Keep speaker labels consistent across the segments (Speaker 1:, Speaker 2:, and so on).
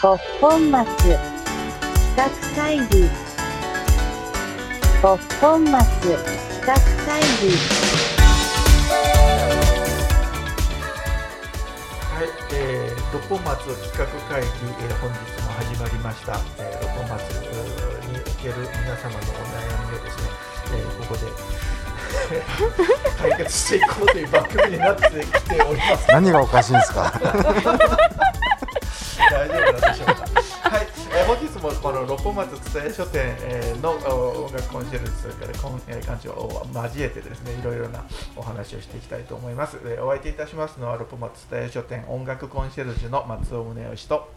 Speaker 1: ごっぽん松企画会議ごっぽん松企画会議
Speaker 2: はい、えー、六本松企画会議、えー本日も始まりました、えー、六本松における皆様のお悩みをですね、えー、ここで 解決していこうという番組になってきております
Speaker 3: 何がおかしいんですか
Speaker 2: 大丈夫なんでしょうかはい、えー本日もこの六本松伝え書店、えーのお音楽コンシェルジュそれからコン、えー館長を交えてですねいろいろなお話をしていきたいと思います、えーお相手いたしますのは六本松伝え書店音楽コンシェルジュの松尾宗義と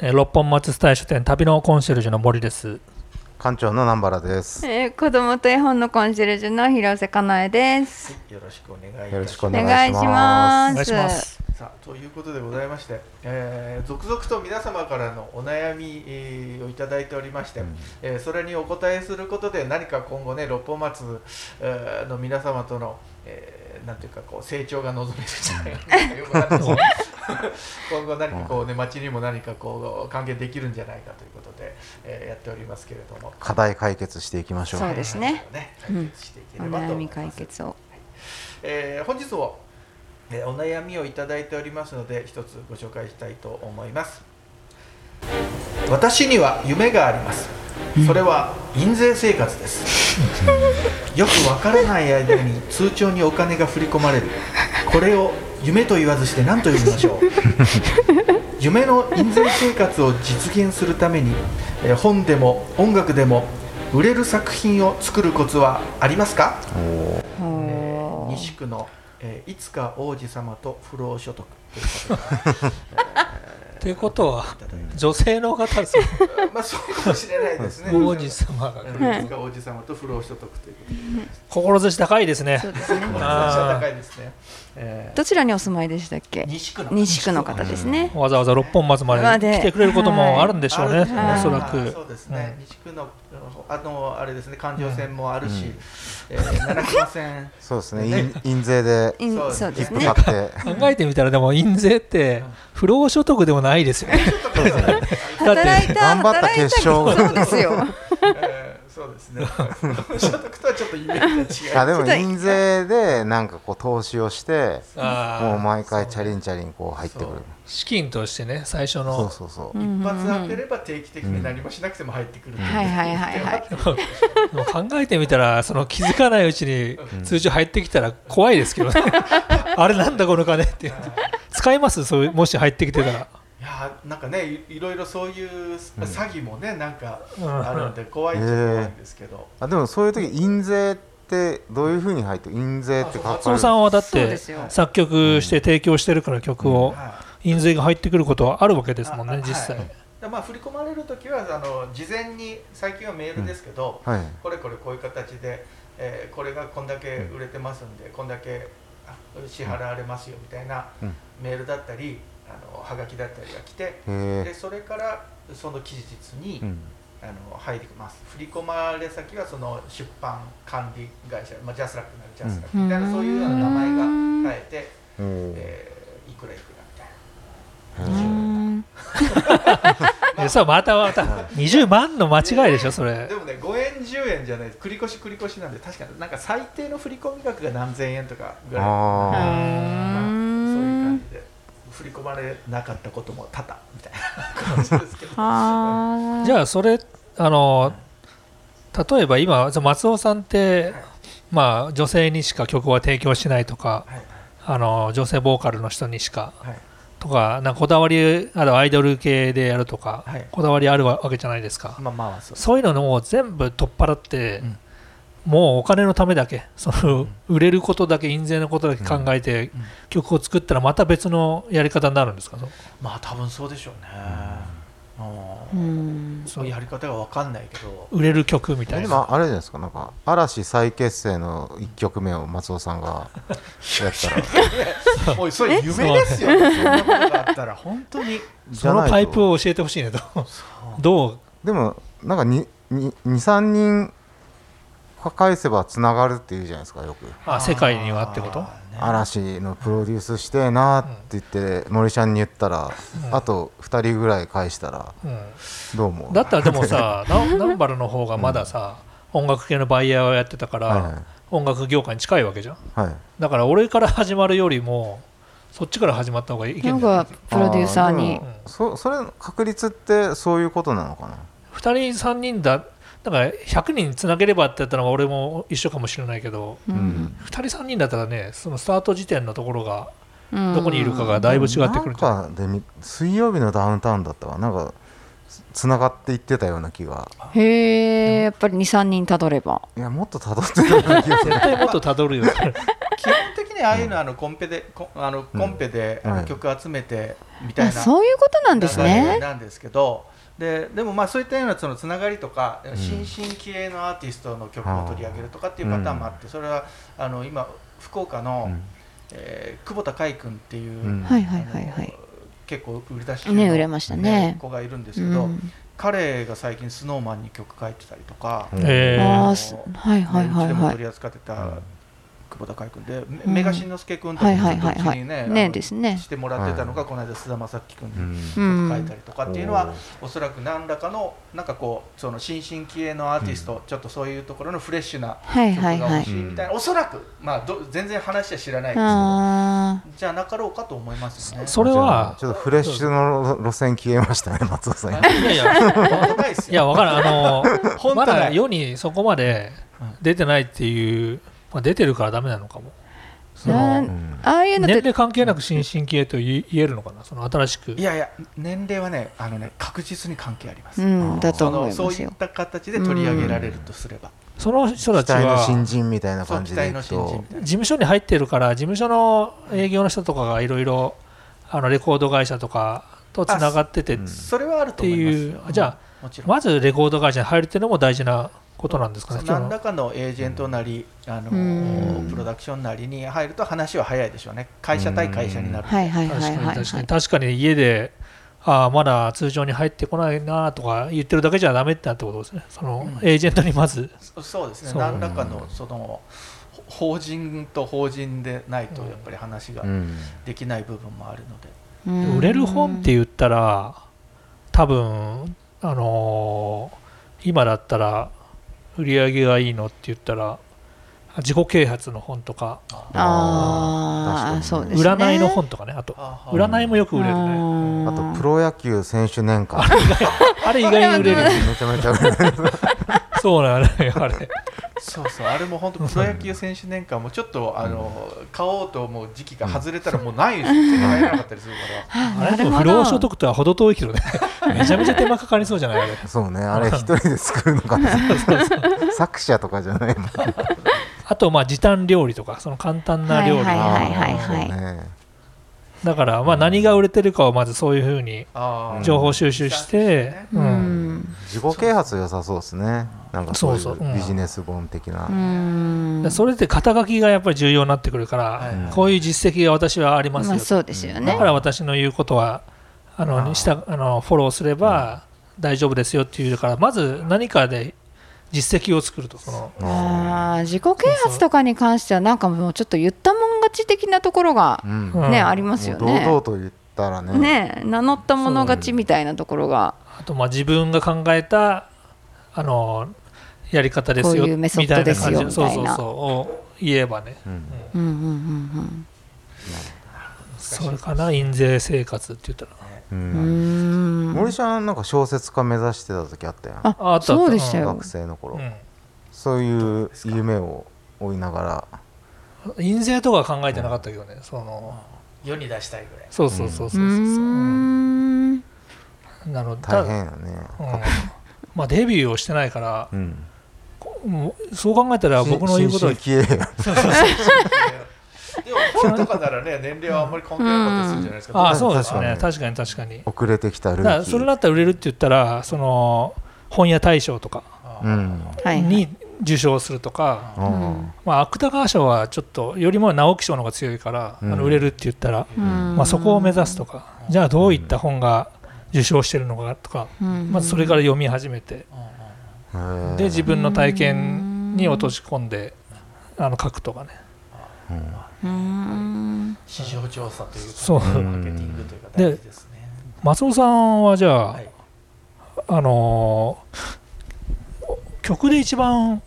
Speaker 4: えー六本松スタイ書店旅のコンシェルジュの森です。
Speaker 3: 館長の南原です
Speaker 5: えー、子供と絵本のコンシェルジュの広瀬かなえです。
Speaker 2: よろしくお願いいたします
Speaker 3: よろしくお
Speaker 5: お
Speaker 3: 願
Speaker 5: 願
Speaker 3: い
Speaker 5: い
Speaker 3: し
Speaker 5: し
Speaker 3: ま
Speaker 5: ます
Speaker 4: お
Speaker 3: す
Speaker 4: 願いします。
Speaker 2: さあということでございまして、えー続々と皆様からのお悩み、えーをいただいておりまして、
Speaker 3: うん
Speaker 2: えーそれにお答えすることで何か今後ね六本松、えーの皆様との、えーなんていうかこう成長が望めるんじゃないかなよくわかんない ですけど今後何かこうね町にも何かこう還元できるんじゃないかということで、えーやっておりますけれども
Speaker 3: 課題解決していきましょう
Speaker 5: そうですね
Speaker 2: ね
Speaker 5: うん
Speaker 2: 解決していけ
Speaker 5: お
Speaker 2: ればと
Speaker 5: 悩
Speaker 2: 思い
Speaker 5: み
Speaker 2: ます、
Speaker 5: 解決を。
Speaker 2: えー本日も、えーお悩みをいただいておりますので一つご紹介したいと思います私には夢がありますそれは印税生活ですよくわからない間に通帳にお金が振り込まれるこれを夢と言わずして何と呼びましょう夢の印税生活を実現するために、えー本でも音楽でも売れる作品を作るコツはありますか
Speaker 5: ほー
Speaker 2: 西区の、えーいつか王子様と不労所得ということで
Speaker 4: ということはい
Speaker 2: ただい
Speaker 4: 女性の方ですね。
Speaker 2: て まあそうかもしれないですね
Speaker 4: 王子様が来る
Speaker 2: うんいつか王子様と不労所得ということで
Speaker 4: 志高いですね
Speaker 5: そ。うですね。
Speaker 2: 志
Speaker 4: あー
Speaker 2: が高いですね、えー
Speaker 5: どちらにお住まいでしたっけ？
Speaker 2: 西区の
Speaker 5: 西区の方ですね。
Speaker 4: わざわざ六本松ま
Speaker 5: ま
Speaker 4: で
Speaker 5: で
Speaker 4: 来てくれることもあるんでしょうね。
Speaker 2: あ
Speaker 4: お
Speaker 2: る
Speaker 5: はい
Speaker 4: そら
Speaker 2: あー
Speaker 4: く
Speaker 2: そうですね、西区のあのあれですね環状線もあるし、えー七熊 線
Speaker 3: そうですね印印税で
Speaker 5: いん
Speaker 2: そう
Speaker 5: そうで
Speaker 3: 切
Speaker 5: す
Speaker 3: 符
Speaker 5: ね
Speaker 3: 買っ。て
Speaker 4: 考えてみたらでも印税って不労所得でもないですよね。だって
Speaker 5: 働いた
Speaker 3: 頑張った
Speaker 5: 働い
Speaker 3: 結晶
Speaker 5: そうですよ。
Speaker 2: えーそうですね不労所得とはちょっとイメージが違い
Speaker 3: あで
Speaker 5: ちょ
Speaker 3: も
Speaker 5: っと
Speaker 3: 印税でなんかこう投資をしてもう
Speaker 4: あ
Speaker 3: 毎回チャリンチャリンこう入ってくる
Speaker 2: そう
Speaker 4: ー資金としてね最初
Speaker 3: そう
Speaker 4: の
Speaker 3: そうそう
Speaker 5: うん
Speaker 2: 一発当て
Speaker 5: は
Speaker 2: れば定期的に何もしなくても入ってくるとう
Speaker 5: いはいはいはい。
Speaker 4: でも考えてみたらその気づかないうちに通常入ってきたら怖いですけどね。あれなんだこの金っていう使いますそういうもし入ってきてたら。
Speaker 2: いやーなんかねいいろいろそういう詐欺もね、なんか
Speaker 4: うん
Speaker 2: あるんで怖いっちゃ怖いんですけど、
Speaker 3: あでもそういう時印税ってどういう風に入って印税ってか
Speaker 2: あ
Speaker 3: か
Speaker 4: 松
Speaker 3: る
Speaker 4: 尾さんはだっ
Speaker 5: そう
Speaker 4: て
Speaker 5: ですよ
Speaker 4: 作曲して提供してるから曲を
Speaker 2: は
Speaker 4: 印税が入ってくることはあるわけですもん
Speaker 2: ああ
Speaker 4: ね実際
Speaker 2: はでまあ振り込まれる時はあの事前に最近はメールですけど、
Speaker 3: はい
Speaker 2: これこれこういう形で、えーこれがこんだけ売れてますんで、こんだけあ支払われますよみたいな
Speaker 3: うん
Speaker 2: メールだったりあのはがきだったりが来て、で
Speaker 3: へ
Speaker 2: それからその期日に、
Speaker 3: えうん
Speaker 2: あの入ります振り込まれ先はその出版管理会社、まあ、ジャスラックになるジャスラックみたいな、
Speaker 5: うん
Speaker 2: そういうような名前が変えて、
Speaker 3: おー
Speaker 2: えーいくらいくらみたいな
Speaker 3: へ
Speaker 5: う
Speaker 3: ー
Speaker 5: ん
Speaker 4: えそうまたまた20万の間違いでしょそれ
Speaker 2: でもね5円10円じゃないです繰り越し繰り越しなんで確かになんか最低の振り込み額が何千円とかぐらい
Speaker 3: あー
Speaker 2: まあそういう
Speaker 5: は
Speaker 2: 感じで振り込まれなかったことも多々みたいな感じですけど
Speaker 5: あ。
Speaker 4: じゃあそれあの例えば今そう松尾さんって
Speaker 2: はい
Speaker 4: まあ女性にしか曲は提供しないとか
Speaker 2: はい
Speaker 4: あの女性ボーカルの人にしか
Speaker 2: はい
Speaker 4: とかなんかこだわりあるアイドル系でやるとか、
Speaker 2: はい
Speaker 4: こだわりあるわけじゃないですか
Speaker 2: まあまあそう
Speaker 4: そういうのを全部取っ払って、
Speaker 2: うん
Speaker 4: もうお金のためだけその、売れることだけ印税のことだけ考えて、
Speaker 2: ん
Speaker 4: 曲を作ったらまた別のやり方になるんですか
Speaker 2: まあ多分そうでしょうね、
Speaker 5: う
Speaker 2: うん
Speaker 5: ん。
Speaker 2: そういうやり方が分かんないけど
Speaker 4: 売れる曲みた
Speaker 3: え
Speaker 4: い
Speaker 3: で
Speaker 4: な
Speaker 3: もあれじゃないですかなんか嵐再結成の1曲目を松尾さんがやったら
Speaker 2: おいそれ夢ですよそんなことがあったら本当に
Speaker 3: じ
Speaker 4: そ
Speaker 3: ゃ
Speaker 4: の
Speaker 3: ないと
Speaker 4: パイプを教えてほしいねとどう
Speaker 3: でもなんか23人返せばつながるって言うじゃないですかよく
Speaker 4: あ世界にはってこと
Speaker 2: あーね
Speaker 3: 嵐のプロデュースしてえなって言って森ちゃんに言ったら、あと2人ぐらい返したら
Speaker 4: うん
Speaker 3: どうも
Speaker 4: だったらでもさナナンバルの方がまださ、音楽系のバイヤーをやってたから、
Speaker 3: はいはい
Speaker 4: 音楽業界に近いわけじゃん
Speaker 3: はい
Speaker 4: だから俺から始まるよりもそっちから始まった方がいいけ
Speaker 5: なんん
Speaker 4: じゃない
Speaker 5: かプロデューサー
Speaker 3: あで
Speaker 5: に
Speaker 3: もそそれの確率ってそういうことなのかな
Speaker 4: 2人3人だだから100人つなげればってやったのが俺も一緒かもしれないけど
Speaker 5: うん
Speaker 4: 2人3人だったらねそのスタート時点のところが
Speaker 5: うん
Speaker 4: どこにいるかがだいぶ違ってくるじゃ
Speaker 3: な
Speaker 4: ん
Speaker 3: んかでみ水曜日のダウンタウンだったわなんかつつながっていってたような気が
Speaker 5: へえやっぱり23人たどれば
Speaker 3: いやもっとたどってたような気がす る
Speaker 4: 絶対もっとたどるよ
Speaker 2: 基本的にああいうのあのコンペでコンあのコンペで
Speaker 3: うん
Speaker 2: あの曲集めてみたい
Speaker 5: あ
Speaker 2: な
Speaker 5: そういうことなんです
Speaker 2: 流れ
Speaker 5: ね
Speaker 2: なんですけどででもまあそういったようなそのつながりとか、新進気鋭のアーティストの曲を取り上げるとかっていうパターンもあって、それはあの今福岡の、
Speaker 3: うん
Speaker 2: えー久保田海君っていう、
Speaker 3: うん
Speaker 5: はいはいはいはい
Speaker 2: あの結構売り出し中の
Speaker 5: ね売れましたね
Speaker 2: 子がいるんです
Speaker 5: う
Speaker 2: けど、
Speaker 5: ん
Speaker 2: 彼が最近スノーマンに曲書いてたりとか、
Speaker 3: うん
Speaker 4: えー
Speaker 5: あーすはいはいは
Speaker 2: うち
Speaker 5: い
Speaker 2: でも
Speaker 5: は
Speaker 2: 取
Speaker 5: い
Speaker 2: り扱ってた久保田海君で、め
Speaker 5: うん
Speaker 2: メガシンのすけ君と
Speaker 5: は
Speaker 2: か
Speaker 5: い
Speaker 2: も
Speaker 5: はい
Speaker 2: ちょっと
Speaker 5: はい
Speaker 2: 一
Speaker 5: は
Speaker 2: 緒に
Speaker 5: い
Speaker 2: ね,あの、
Speaker 5: ねですね
Speaker 2: してもらってたのが、この間菅田将暉君に
Speaker 5: う
Speaker 2: 書
Speaker 5: ん
Speaker 2: いたりとかっていうのは、おそらく何らかのなんかこうその新進気鋭のアーティスト、ちょっとそういうところのフレッシュな
Speaker 5: はい
Speaker 2: 曲
Speaker 5: は
Speaker 2: が
Speaker 5: いは
Speaker 2: 欲
Speaker 5: い
Speaker 2: しいみたいな、おそらく、まあ、ど全然話は知らないです
Speaker 5: あ
Speaker 2: じゃなかろうかと思いますよね。
Speaker 4: それは
Speaker 3: ちょっとフレッシュの路線消えましたね松尾さん今
Speaker 4: いやいや
Speaker 2: 本当ないです
Speaker 4: いや
Speaker 2: よ。
Speaker 4: 分からんあの
Speaker 2: 本当
Speaker 4: ま
Speaker 2: だよ
Speaker 4: だ世にそこまで出てないっていう、まあ、出てるからダメなのかもそ
Speaker 5: ーな
Speaker 4: の
Speaker 5: ん
Speaker 3: ん
Speaker 5: ああいうの
Speaker 4: 年
Speaker 5: って
Speaker 4: 齢関係なく新進気鋭と言えるのかなその新しく
Speaker 2: いやいや年齢はねあのね確実に関係あります。
Speaker 5: うんだと
Speaker 2: そ
Speaker 5: 思
Speaker 2: の
Speaker 5: い
Speaker 2: そ
Speaker 5: ま
Speaker 2: う
Speaker 5: す
Speaker 2: いっ
Speaker 5: よ
Speaker 2: た形で取り上げられるとすれば、
Speaker 4: その人た
Speaker 3: 期
Speaker 4: ち
Speaker 3: 待の
Speaker 4: は
Speaker 3: 新人みたいな
Speaker 2: そう
Speaker 3: 感じ
Speaker 2: 期
Speaker 3: でい
Speaker 2: 待
Speaker 3: く
Speaker 2: の新人み
Speaker 3: と
Speaker 2: たいな。
Speaker 4: 事務所に入ってるから事務所の営業の人とかがいろいろあのレコード会社とかとつながってて
Speaker 3: うん
Speaker 2: それはあると思いますよ。
Speaker 4: っていうじゃ
Speaker 2: あもちろん。
Speaker 4: まずレコード会社に入るっていうのも大事なことなんですかね。
Speaker 2: 何らかのエージェントなり、あの
Speaker 5: う
Speaker 2: プロダクションなりに入ると話は早いでしょうね会社対会社になる、
Speaker 5: はいはい
Speaker 4: 確
Speaker 5: はい
Speaker 4: か
Speaker 5: は
Speaker 4: に確
Speaker 5: いは
Speaker 4: かに
Speaker 5: い
Speaker 4: 確かに家でああまだ通常に入ってこないなとか言ってるだけじゃダメってなってことですね。そのエージェントにまず
Speaker 2: そそうですね
Speaker 4: そう
Speaker 2: 何らかのそのほ法人と法人でないとやっぱり話が
Speaker 3: うん
Speaker 2: できない部分もあるので、
Speaker 5: うん
Speaker 4: 売れる本って言ったら多分あのー今だったら売り上げがいいのって言ったら自己啓発の本とか
Speaker 5: あ
Speaker 3: あー
Speaker 5: あそう
Speaker 3: 確かに
Speaker 5: ですね
Speaker 4: 占いの本とかねあと
Speaker 2: あー
Speaker 4: 占いもよく売れるね
Speaker 3: あ
Speaker 5: あ
Speaker 3: とプロ野球選手年間
Speaker 4: あれ意外に売れるよ
Speaker 3: めちゃめちゃ売れる
Speaker 4: そうなのよあれ
Speaker 2: そうそうあれも本当プロ野球選手年間もちょっとあの買おうと思う時期が外れたらもうないですよ手に入らなかったりするから
Speaker 5: あ
Speaker 4: あれでも不労所得とは程遠いけどねめちゃめちゃ手間かかりそうじゃないあれ
Speaker 3: そうねあれ一人で作るのかな作者とかじゃないもん
Speaker 4: あとまあ時短料理とかその簡単な料理、
Speaker 5: はいはいはいはい
Speaker 3: あーそうね
Speaker 4: だからまあ何が売れてるかをまずそういうふうに
Speaker 2: あー
Speaker 4: 情報収集して、
Speaker 2: うん
Speaker 5: う
Speaker 4: うん
Speaker 5: ん
Speaker 3: 自己啓発良さそうですねなんかそうい
Speaker 4: そう
Speaker 3: う
Speaker 4: そううん
Speaker 3: ビジネス本的な
Speaker 5: うん
Speaker 4: でそれで肩書きがやっぱり重要になってくるから、
Speaker 2: はい
Speaker 4: こういう実績が私はありますよ、
Speaker 5: まあそうですよ
Speaker 4: だ
Speaker 5: ね
Speaker 4: から私の言うことはあの
Speaker 2: あー
Speaker 4: したあのフォローすれば大丈夫ですよっていうからまず何かで実績を作るとその
Speaker 5: あー自己啓発とかに関してはなんかもうちょっと言ったもん勝ち的なところが
Speaker 3: うん
Speaker 4: うん
Speaker 5: ね、ありますよ
Speaker 3: もう堂
Speaker 5: ね
Speaker 3: 々と言ったらね
Speaker 5: ね名乗ったもの勝ちみたいなところが
Speaker 4: あとまあ自分が考えたあのやり方ですよ
Speaker 5: こういうメソッドですよ
Speaker 4: みたいな感じそう
Speaker 5: みた
Speaker 4: そ
Speaker 5: いうな
Speaker 4: そうを言えばね
Speaker 3: うん
Speaker 5: うんうんうん
Speaker 4: それかな印税生活って言ったら
Speaker 3: う
Speaker 5: うんんうーん
Speaker 3: 森ちゃんなんか小説家目指してた時あったやん
Speaker 5: あ
Speaker 4: ああった
Speaker 5: そうでしたよ
Speaker 3: 学生の頃、
Speaker 4: う
Speaker 3: そういう夢を追いながら
Speaker 4: ん、印税とか考えてなかったけどねその
Speaker 2: 世に出したいぐらい
Speaker 4: そうそうそうそうそう、
Speaker 5: うーん
Speaker 4: なので
Speaker 3: 大変よね、
Speaker 4: うんまあデビューをしてないから、
Speaker 3: うん、
Speaker 4: もうそう考えたら僕の言うことは
Speaker 3: 新進気鋭
Speaker 2: でも本とかならね年齢はあんまり関係なかったりするんじゃないですか、
Speaker 4: ああそうですね
Speaker 3: 確
Speaker 4: 確かに確かに
Speaker 3: 遅れてきたル
Speaker 4: だか
Speaker 3: ー
Speaker 4: ら
Speaker 3: キー
Speaker 4: それだったら売れるって言ったらその本屋大賞とか
Speaker 3: うん
Speaker 5: はいはい
Speaker 4: に受賞するとか、
Speaker 3: うん
Speaker 4: まあ、芥川賞はちょっとよりも直木賞の方が強いから、
Speaker 3: うん
Speaker 4: あの売れるって言ったら、
Speaker 5: うん
Speaker 4: まあ、そこを目指すとかじゃあどういった本が受賞してるのかとか、
Speaker 5: うん
Speaker 4: まずそれから読み始めて
Speaker 2: うんうん
Speaker 3: へー
Speaker 4: で自分の体験に落とし込んであの書くとかね
Speaker 5: うーん
Speaker 2: 市場調査というか
Speaker 4: そう
Speaker 2: マーケティングというか大事ですね
Speaker 4: 松尾さんはじゃあ、
Speaker 2: はい
Speaker 4: あのー曲で一番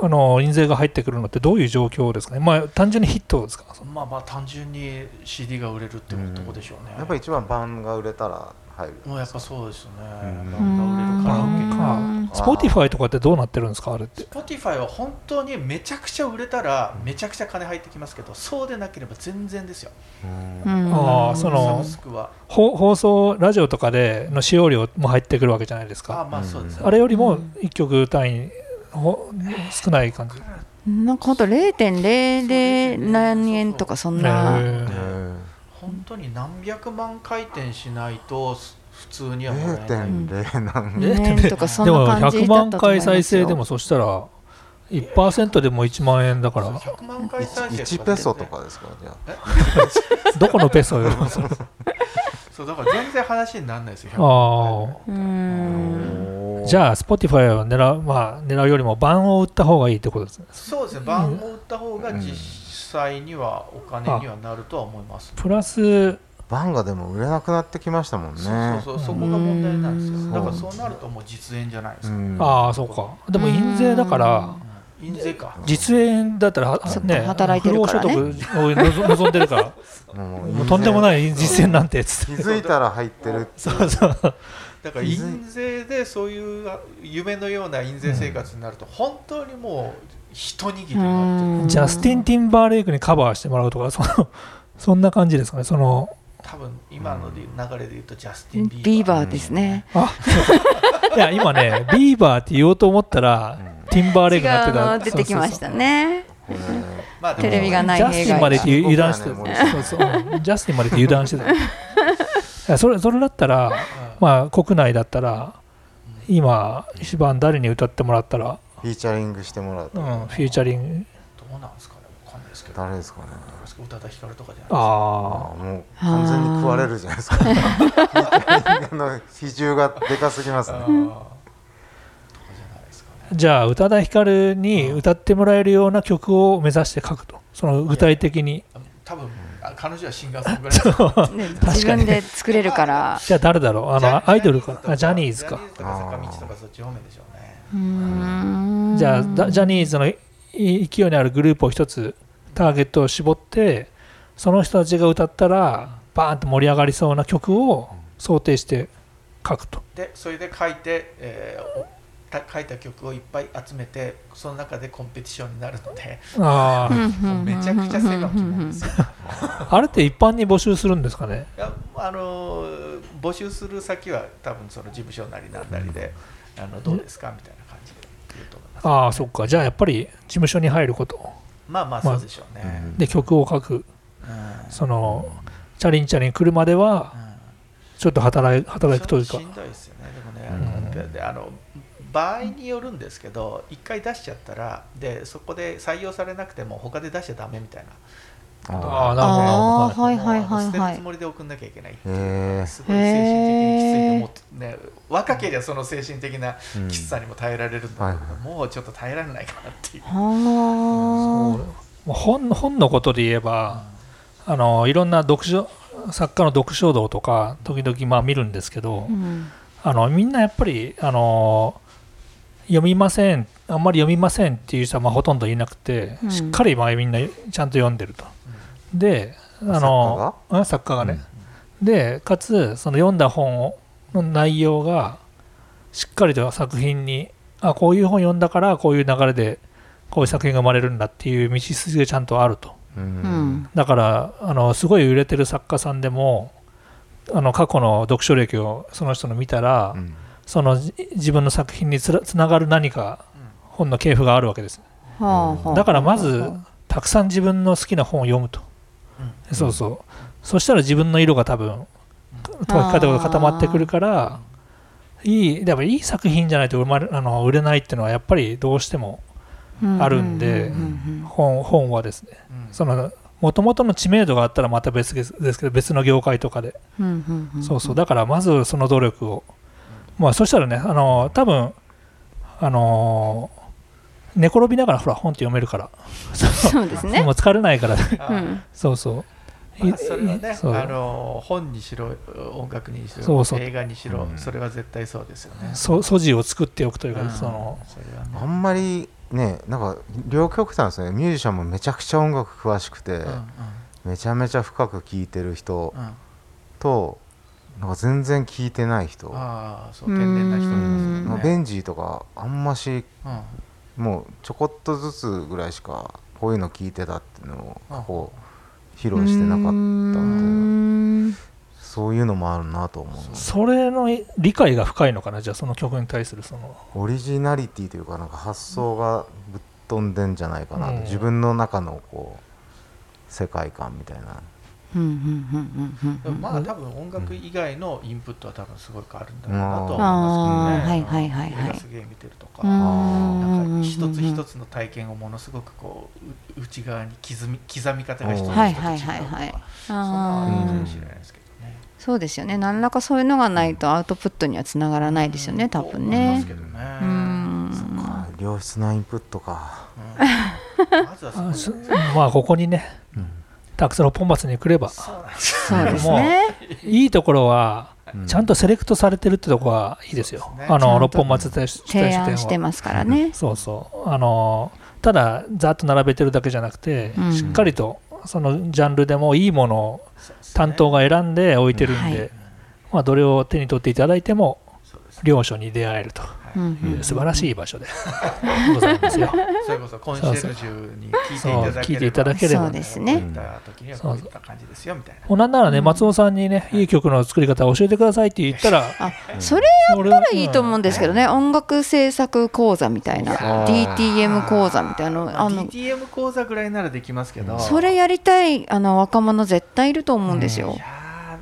Speaker 4: あのー印税が入ってくるのってどういう状況ですかねまあ単純にヒットですか
Speaker 2: まあまあ単純に CD が売れるっていうとこでしょうね、
Speaker 3: やっぱ一番版が売れたら入る
Speaker 2: もうやっぱそうですね、
Speaker 3: ん
Speaker 2: バンドが売れるカラオケか
Speaker 5: う
Speaker 3: あ
Speaker 5: ん
Speaker 3: ー
Speaker 4: Spotify とかってどうなってるんですかあれって、
Speaker 2: Spotify は本当にめちゃくちゃ売れたらめちゃくちゃ金入ってきますけどそうでなければ全然ですよ
Speaker 5: うん
Speaker 4: あーその
Speaker 2: サブスクは
Speaker 4: ほ放送ラジオとかでの使用料も入ってくるわけじゃないです
Speaker 2: あ
Speaker 4: か
Speaker 2: まあそうですね
Speaker 4: あれよりも1曲単位ほ少ない感じ、
Speaker 5: なんかほんと0.00何円とかそんな、
Speaker 4: へ
Speaker 2: ね
Speaker 4: ー
Speaker 2: 本当に何百万回転しないとす普通にはもらえない
Speaker 3: 0.0なん
Speaker 4: ね
Speaker 5: 年とかそん
Speaker 4: で
Speaker 5: な
Speaker 4: も
Speaker 5: 感
Speaker 4: 100
Speaker 5: じだったと思い
Speaker 4: 万
Speaker 5: ますよ
Speaker 4: 回再生でもそしたら1%でも1万円だから
Speaker 2: 100万回再生
Speaker 3: 1ペソとかですからじゃあ
Speaker 4: どこのペ ソよりも
Speaker 2: そうだから全然話にならないですよ100万
Speaker 4: あ
Speaker 5: うーん
Speaker 4: じゃあ Spotify を狙う,、まあ、狙うよりも盤を売った方がいいってことですね
Speaker 2: そうですね番を売った方が実際にはお金にはなるとは思います、
Speaker 4: プラス
Speaker 3: 版がでも売れなくなってきましたもんね
Speaker 2: そうそうそうそこが問題なんです
Speaker 5: うん
Speaker 2: よだからそうなるともう実演じゃないですか、
Speaker 3: うん
Speaker 4: ああそうかでも印税だから
Speaker 2: 印税か
Speaker 4: 実演だったらは
Speaker 5: そっか
Speaker 4: ね
Speaker 5: 働いてるからね
Speaker 4: 不労所得を望望んでる から
Speaker 3: も
Speaker 4: もうとんでも
Speaker 3: い
Speaker 4: ない実演なんてつっ
Speaker 3: 気
Speaker 4: て
Speaker 3: づいたら入ってる
Speaker 4: そうそう
Speaker 2: だから印税でそういう夢のような印税生活になると本当にもう一握りになってる
Speaker 4: ジャスティン・ティンバーレイクにカバーしてもらうとかそのそんな感じですかねその
Speaker 2: 多分今ので流れで言うとジャスティン・
Speaker 5: ビ
Speaker 2: ビ
Speaker 5: ー
Speaker 2: ーバー
Speaker 5: バーですね、
Speaker 4: あいや今ねビーバーって言おうと思ったら、ティンバーレイ
Speaker 5: 違
Speaker 4: クになって
Speaker 5: う
Speaker 4: た
Speaker 5: の出てきましたね
Speaker 3: これ
Speaker 2: まあでも
Speaker 5: テレビがない
Speaker 4: ジャス
Speaker 5: 映
Speaker 4: ティン
Speaker 5: 画
Speaker 4: ま
Speaker 5: が
Speaker 4: でって油断して
Speaker 3: そう
Speaker 4: たそうそううんジャスティンまでって油断してたいやそれそれだったら、まあ、国内だったら今一番誰に歌ってもらったら、
Speaker 3: フィーチャリングしてもらう
Speaker 4: う
Speaker 3: と
Speaker 4: ん、フィーチャリング
Speaker 2: どうなんですかねわかんないですけど
Speaker 3: 誰ですかね
Speaker 2: 宇多田ヒカルとかじゃない
Speaker 4: あ
Speaker 3: ああもう完全に食われるじゃないですかフィーチャリングの比重がでかすぎますね
Speaker 2: あーとかじゃないですかね
Speaker 4: あじゃあ宇多田ヒカルに歌ってもらえるような曲を目指して書くとその具体的に
Speaker 2: 多分あ彼女はシンガーソングライター
Speaker 5: ね自分で作れるから
Speaker 4: じゃあ誰だろうあ
Speaker 2: ジャニー
Speaker 4: のアイドルかあジャニーズ
Speaker 2: ジ
Speaker 4: か
Speaker 2: ャニーズとか坂道とかそっち方面でしょうね
Speaker 5: うーん
Speaker 4: じゃあだジャニーズのい勢いのあるグループを一つターゲットを絞ってその人たちが歌ったらバーンと盛り上がりそうな曲を想定して書くと
Speaker 2: でそれで書いて、えーおた書いた曲をいっぱい集めてその中でコンペティションになるので
Speaker 4: あー
Speaker 2: もうめちゃくちゃ狭きなんですよ。
Speaker 4: あれって一般に募集するんですかね
Speaker 2: いやあのー募集する先は多分その事務所なりなんなりであのどうですかみたいな感じで言うと思います。
Speaker 4: ああそっかじゃあやっぱり事務所に入ること
Speaker 2: まあまあそうでしょうね。
Speaker 4: で曲を書く
Speaker 2: うん
Speaker 4: そのチャリンチャリン来るまではちょっと働い働くという
Speaker 2: し
Speaker 4: か
Speaker 2: んどいですよね、でもね、あのであの場合によるんですけど、一回出しちゃったらで、そこで採用されなくても、他で出しちゃだめみたいな、
Speaker 4: ああなるほど
Speaker 5: あー
Speaker 4: はい
Speaker 5: は
Speaker 2: もうあ
Speaker 5: いはい
Speaker 2: の
Speaker 5: はい
Speaker 2: 捨て
Speaker 5: は
Speaker 2: る
Speaker 5: い
Speaker 2: つもりで送んなきゃいけないっていう
Speaker 3: へえ
Speaker 2: すごい精神的にきついと思って、ね、若ければその精神的なきつさにも耐えられるんだけど、もうちょっと耐えられないかなっていう。
Speaker 5: は
Speaker 4: もう本本のことで言えば、あのいろんな読書作家の読書道とか時々まあ見るんですけど、
Speaker 5: あ、うん
Speaker 4: あのみんなやっぱりあの読みませんあんまり読みませんっていう人はまあほとんどいなくて、
Speaker 5: うん
Speaker 4: しっかりまあみんなちゃんと読んでると。であのあ作家がね、でかつその読んだ本をの内容がしっかりと作品にあこういう本読んだからこういう流れでこういう作品が生まれるんだっていう道筋がちゃんとあると
Speaker 3: う
Speaker 5: うんん
Speaker 4: だからあのすごい売れてる作家さんでもあの過去の読書歴をその人の見たら、
Speaker 3: うん
Speaker 4: そのじ自分の作品につらつながる何か本の系譜があるわけです
Speaker 5: はあはあ
Speaker 4: だからま
Speaker 5: は
Speaker 4: ず
Speaker 5: あは
Speaker 4: たくさん自分の好きな本を読むと、そうそうそしたら自分の色が多分書き方が固まってくるからいいでもいい作品じゃないと生まれあの売れないっていうのはやっぱりどうしても
Speaker 5: あ
Speaker 4: あるんで
Speaker 5: ううん
Speaker 4: 本本はですね
Speaker 2: うん
Speaker 4: その元々の知名度があったらまた別ですですけど別の業界とかで
Speaker 5: うんうんうんうん
Speaker 4: そうそうだからまずその努力を、まあ、そしたらねあの多分あの寝転びながらほら本って読めるから
Speaker 5: そうですね
Speaker 4: もう疲れないから
Speaker 5: う
Speaker 2: あ
Speaker 5: ん
Speaker 4: そうそう
Speaker 2: ーまあそれはね
Speaker 4: そう
Speaker 2: あの本にしろ音楽にし
Speaker 4: そ
Speaker 2: ろ
Speaker 4: うそう
Speaker 2: 映画にしろ
Speaker 3: うん
Speaker 2: それは絶対そうですよね。
Speaker 4: そ素地を作っておくというか、
Speaker 2: うん
Speaker 4: その
Speaker 2: それはね
Speaker 3: あんまりねなんか両極端ですねミュージシャンもめちゃくちゃ音楽詳しくて、
Speaker 2: うん
Speaker 3: めちゃめちゃ深く聴いてる人
Speaker 2: うんうん
Speaker 3: と、なんか全然聴いてない人、
Speaker 2: ああそう天然な人い
Speaker 3: まあ
Speaker 2: ます
Speaker 3: ベ
Speaker 2: よね。
Speaker 3: ンジーとかあんまし
Speaker 2: うんうん
Speaker 3: もうちょこっとずつぐらいしかこういうの聴いてたっていうの
Speaker 2: あ
Speaker 3: をこう披露してなかったんで
Speaker 5: ん
Speaker 3: そういうのもあるなと思う
Speaker 4: それの理解が深いのかなじゃあその曲に対するその
Speaker 3: オリジナリティというかなんか発想がぶっ飛んでんじゃないかなと、
Speaker 4: うん
Speaker 3: 自分の中のこう世界観みたいな
Speaker 5: うんうんうんうん
Speaker 2: で
Speaker 5: う
Speaker 2: も
Speaker 5: ん
Speaker 2: まあ多分音楽以外のインプットは多分すごい変わるんだろうなとは思いますけどね。
Speaker 5: うんあーはいはいはいはい
Speaker 2: 映画すげえ見てるとか。
Speaker 5: うん
Speaker 2: なんか一つ一つの体験をものすごくこうう内側に刻み刻み方が一つ一つ違うとか、
Speaker 5: はいはいはいはい
Speaker 2: そんなのはあるか
Speaker 3: うん
Speaker 2: もしれないですけどね。
Speaker 5: そうですよね何らかそういうのがないとアウトプットにはつながらないですよね多分
Speaker 2: 思いま
Speaker 5: ね
Speaker 2: すけどね
Speaker 5: うん
Speaker 3: あー良質なインプットか、
Speaker 2: うんまずはそこ
Speaker 4: あ
Speaker 2: です
Speaker 4: そ
Speaker 2: ね
Speaker 4: まあここにねたくさんのポンバスに来れば
Speaker 2: そうなんです
Speaker 5: そうですね
Speaker 4: いいところは
Speaker 3: う
Speaker 4: ちゃん
Speaker 3: と
Speaker 4: とセレクトされてるってとこはいいですよ
Speaker 2: そうですね
Speaker 4: あ
Speaker 5: ちゃん
Speaker 4: の
Speaker 5: と
Speaker 4: 六本松大使
Speaker 5: 提案してますからね
Speaker 4: そうそうあのただざっと並べてるだけじゃなくて、
Speaker 5: うん
Speaker 4: しっかりとそのジャンルでもいいものを担当
Speaker 2: が
Speaker 4: が選んで置いてるんで、
Speaker 5: はい
Speaker 4: まあ、どれを手に取っていただいても
Speaker 2: そうですね
Speaker 4: 両所に出会えると
Speaker 5: うんう
Speaker 4: い
Speaker 5: ん
Speaker 4: う素晴らしい場所でございますよ。
Speaker 2: それこそコンシェルジュに聞いていただければ
Speaker 4: そう聞いていただけ
Speaker 5: ればそうですね
Speaker 2: こういった時にはこういった感じですよみたいな
Speaker 4: もうなんならね、松尾さんにね、いい曲の作り方を教えてくださいって言ったら、
Speaker 5: あそれやったらいいと思うんですけどね、音楽制作講座みたいな
Speaker 3: あー
Speaker 5: DTM 講座みたいなのあの
Speaker 2: DTM 講座ぐらいならできますけど
Speaker 5: それやりたいあの若者絶対いると思うんです
Speaker 2: い
Speaker 5: よ、
Speaker 2: や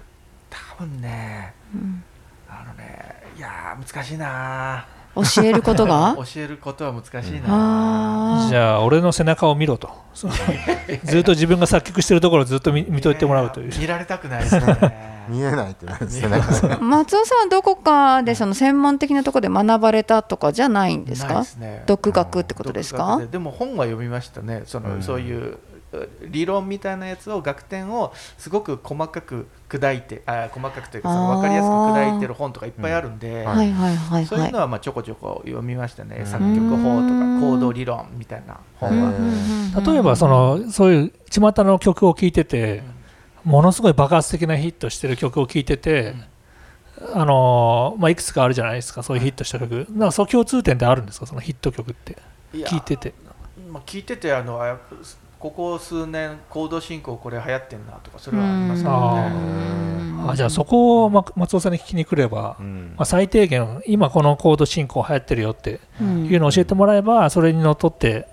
Speaker 2: ー多分ね
Speaker 5: うん
Speaker 2: あのねいやー難しいな
Speaker 5: 教えることが
Speaker 2: ー 教えることは難しいなー
Speaker 5: あー
Speaker 4: じゃあ、俺の背中を見ろと、そうずっと自分が作曲してるところをずっと見見といてもらうという
Speaker 2: や、見られたくないですね
Speaker 3: 見えないってないですね
Speaker 2: 見えない
Speaker 5: 松尾さんはどこかでその専門的なところで学ばれたとかじゃないんです
Speaker 2: ない
Speaker 5: か
Speaker 2: ね
Speaker 5: 独学ってことです
Speaker 2: 独
Speaker 5: か
Speaker 2: 学ででも本は読みましたねその、
Speaker 3: うん
Speaker 2: そういうう理論みたいなやつを学点をすごく細かく砕いてあー細かくというかその
Speaker 5: あー
Speaker 2: 分かりやすく砕いてる本とかいっぱいあるんで、
Speaker 3: うん
Speaker 5: はいはいはい
Speaker 2: そうい
Speaker 5: は
Speaker 2: う
Speaker 5: い
Speaker 2: のはまあちょこちょこ読みましたね、
Speaker 3: うん
Speaker 2: 作曲法と
Speaker 5: う
Speaker 2: か
Speaker 5: ん
Speaker 2: 行動理論みたいな本は、
Speaker 3: うん
Speaker 4: 例えばその、そういう巷の曲を聴いてて、ものすごい爆発的なヒットしてる曲を聴いてて、あのーまあ、いくつかあるじゃないですか、そういうヒットした曲、なんかそう共通点ってあるんですか、そのヒット曲って、
Speaker 2: や
Speaker 4: 聴いてて。
Speaker 2: まあ、聞いててあのあここ数年行動進行これ流行ってんなとかそれはありますけど
Speaker 4: う
Speaker 2: ね
Speaker 4: ん
Speaker 5: うん
Speaker 4: あじゃあ、そこをま松尾さんに聞きに来れば、まあ、最低限、今このコード進行流行ってるよって
Speaker 5: うん
Speaker 4: いうのを教えてもらえば、それにのっとって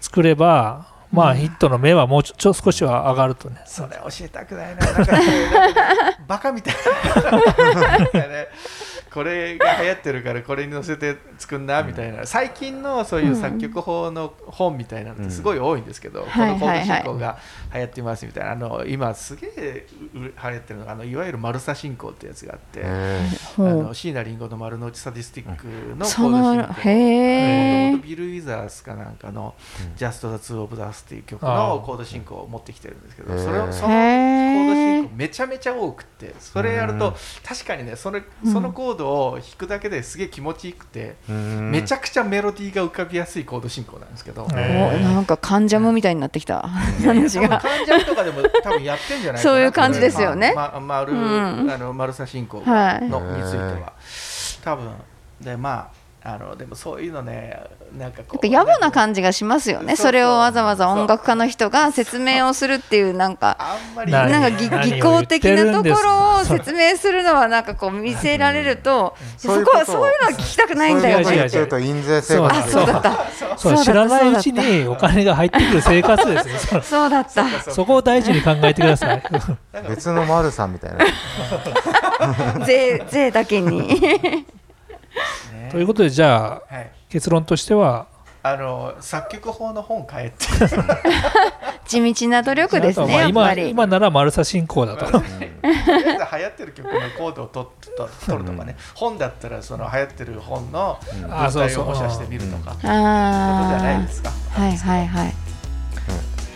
Speaker 4: 作れば、まあ、ヒットの目はもうちょちょ少しは上がるとね。
Speaker 2: それ教えたくないななんかそういうなんかバカみたいな、 ね、これが流行ってるからこれに載せて作んなみたいな最近のそういう作曲法の本みたいなのってすごい多いんですけど、このコード進行が流行ってますみたいなあの今すげえう流行ってるのがあのいわゆる丸さ進行ってやつがあって。あ
Speaker 5: ほう
Speaker 2: の椎名林檎の丸の内サディスティックのコ
Speaker 5: そ
Speaker 2: ード進
Speaker 5: の
Speaker 2: 行も
Speaker 5: へ
Speaker 2: とも
Speaker 5: え
Speaker 2: とビル・ウィザーズかなんかの
Speaker 3: う
Speaker 2: 「
Speaker 3: ん
Speaker 2: Just the Two of Us」っていう曲
Speaker 4: あ
Speaker 2: の
Speaker 4: ー
Speaker 2: コード進行を持ってきてるんですけ
Speaker 3: へ
Speaker 2: ど
Speaker 3: ー
Speaker 2: それをそのコード
Speaker 5: へ
Speaker 2: 進
Speaker 5: ー
Speaker 2: 行めちゃめちゃ多くってそれやる
Speaker 3: う
Speaker 2: と
Speaker 3: ん
Speaker 2: 確かにねそれ
Speaker 5: うん
Speaker 2: そのコードを弾くだけですげえ気持ちいくてめ
Speaker 3: め
Speaker 2: ちゃくちゃメロディーが浮かびやすいコード進行なんですけど。
Speaker 4: へ
Speaker 5: お
Speaker 4: ー
Speaker 5: なんか関ジャムみたいになってきた話
Speaker 2: 多分
Speaker 5: が
Speaker 2: 関ジャムとかでも多分やってんじゃないかな
Speaker 5: そういう感じですよね
Speaker 2: ま、ま丸、
Speaker 5: うん
Speaker 2: あの丸さ進行が
Speaker 5: はい
Speaker 2: のについては多分でまああのでもそういうのねなんかこう
Speaker 5: やっぱ野暮な感じがしますよ
Speaker 2: そ
Speaker 5: ね
Speaker 2: うそう
Speaker 5: それをわざわざ音楽家の人が説明をするっていうなんか
Speaker 2: あんまり
Speaker 4: な
Speaker 5: なんか
Speaker 4: 何
Speaker 5: ぎ技巧的なところを説明するのはなんかこう見せられるとそ
Speaker 3: そういう
Speaker 5: こ
Speaker 3: こと
Speaker 5: そういうのは聞きたくないんだ
Speaker 4: 違
Speaker 5: よ
Speaker 4: う
Speaker 3: そういうこと
Speaker 4: 違
Speaker 5: ね
Speaker 4: う
Speaker 3: 言ってると印税生
Speaker 4: あ
Speaker 3: 活
Speaker 5: そうだった
Speaker 4: そ
Speaker 5: そううだった
Speaker 4: 知らないうちにお金が入ってくる生活ですよそ
Speaker 5: そうだった
Speaker 4: のそこを大事に考えてください
Speaker 3: 別の丸さんみたいな
Speaker 5: 税税だけに
Speaker 2: ね
Speaker 4: ということでじゃあ
Speaker 2: はい
Speaker 4: 結論としては
Speaker 2: あの作曲法の本変えって
Speaker 5: 地道な努力です
Speaker 4: あと
Speaker 5: ね、
Speaker 4: はまあ今
Speaker 5: やっぱり。
Speaker 4: 今ならマルサ進行だと
Speaker 2: とりあえず流行ってる曲のコードを取っ取るとかね、本だったらその流行ってる本の文
Speaker 4: あそう
Speaker 2: 体
Speaker 4: そ
Speaker 2: を
Speaker 4: う
Speaker 2: 模写してみるとか、そういうことじゃない
Speaker 5: あ
Speaker 2: ですか。
Speaker 5: あ、はいはいはい。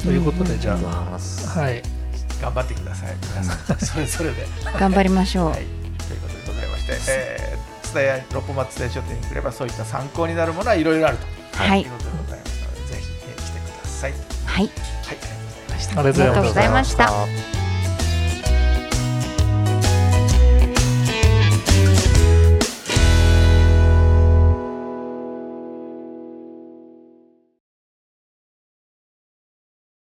Speaker 4: ということでじゃ
Speaker 3: りがとうございます
Speaker 4: あはい
Speaker 2: 頑張ってください、皆さん、 それぞれで。
Speaker 5: 頑張りましょう。
Speaker 2: はい、ということでございまして、えー、蔦屋六本松伝書店に来れば、そういった参考になるものはいろいろあると、
Speaker 5: はい
Speaker 2: ということでございますので、ぜひ、えー来てください。はい、
Speaker 5: はい、
Speaker 2: ありがとうございました。
Speaker 4: ありがとうご
Speaker 5: ありがとう
Speaker 4: ざい
Speaker 5: ご
Speaker 4: ます
Speaker 5: ざいました。
Speaker 3: ありがとうございました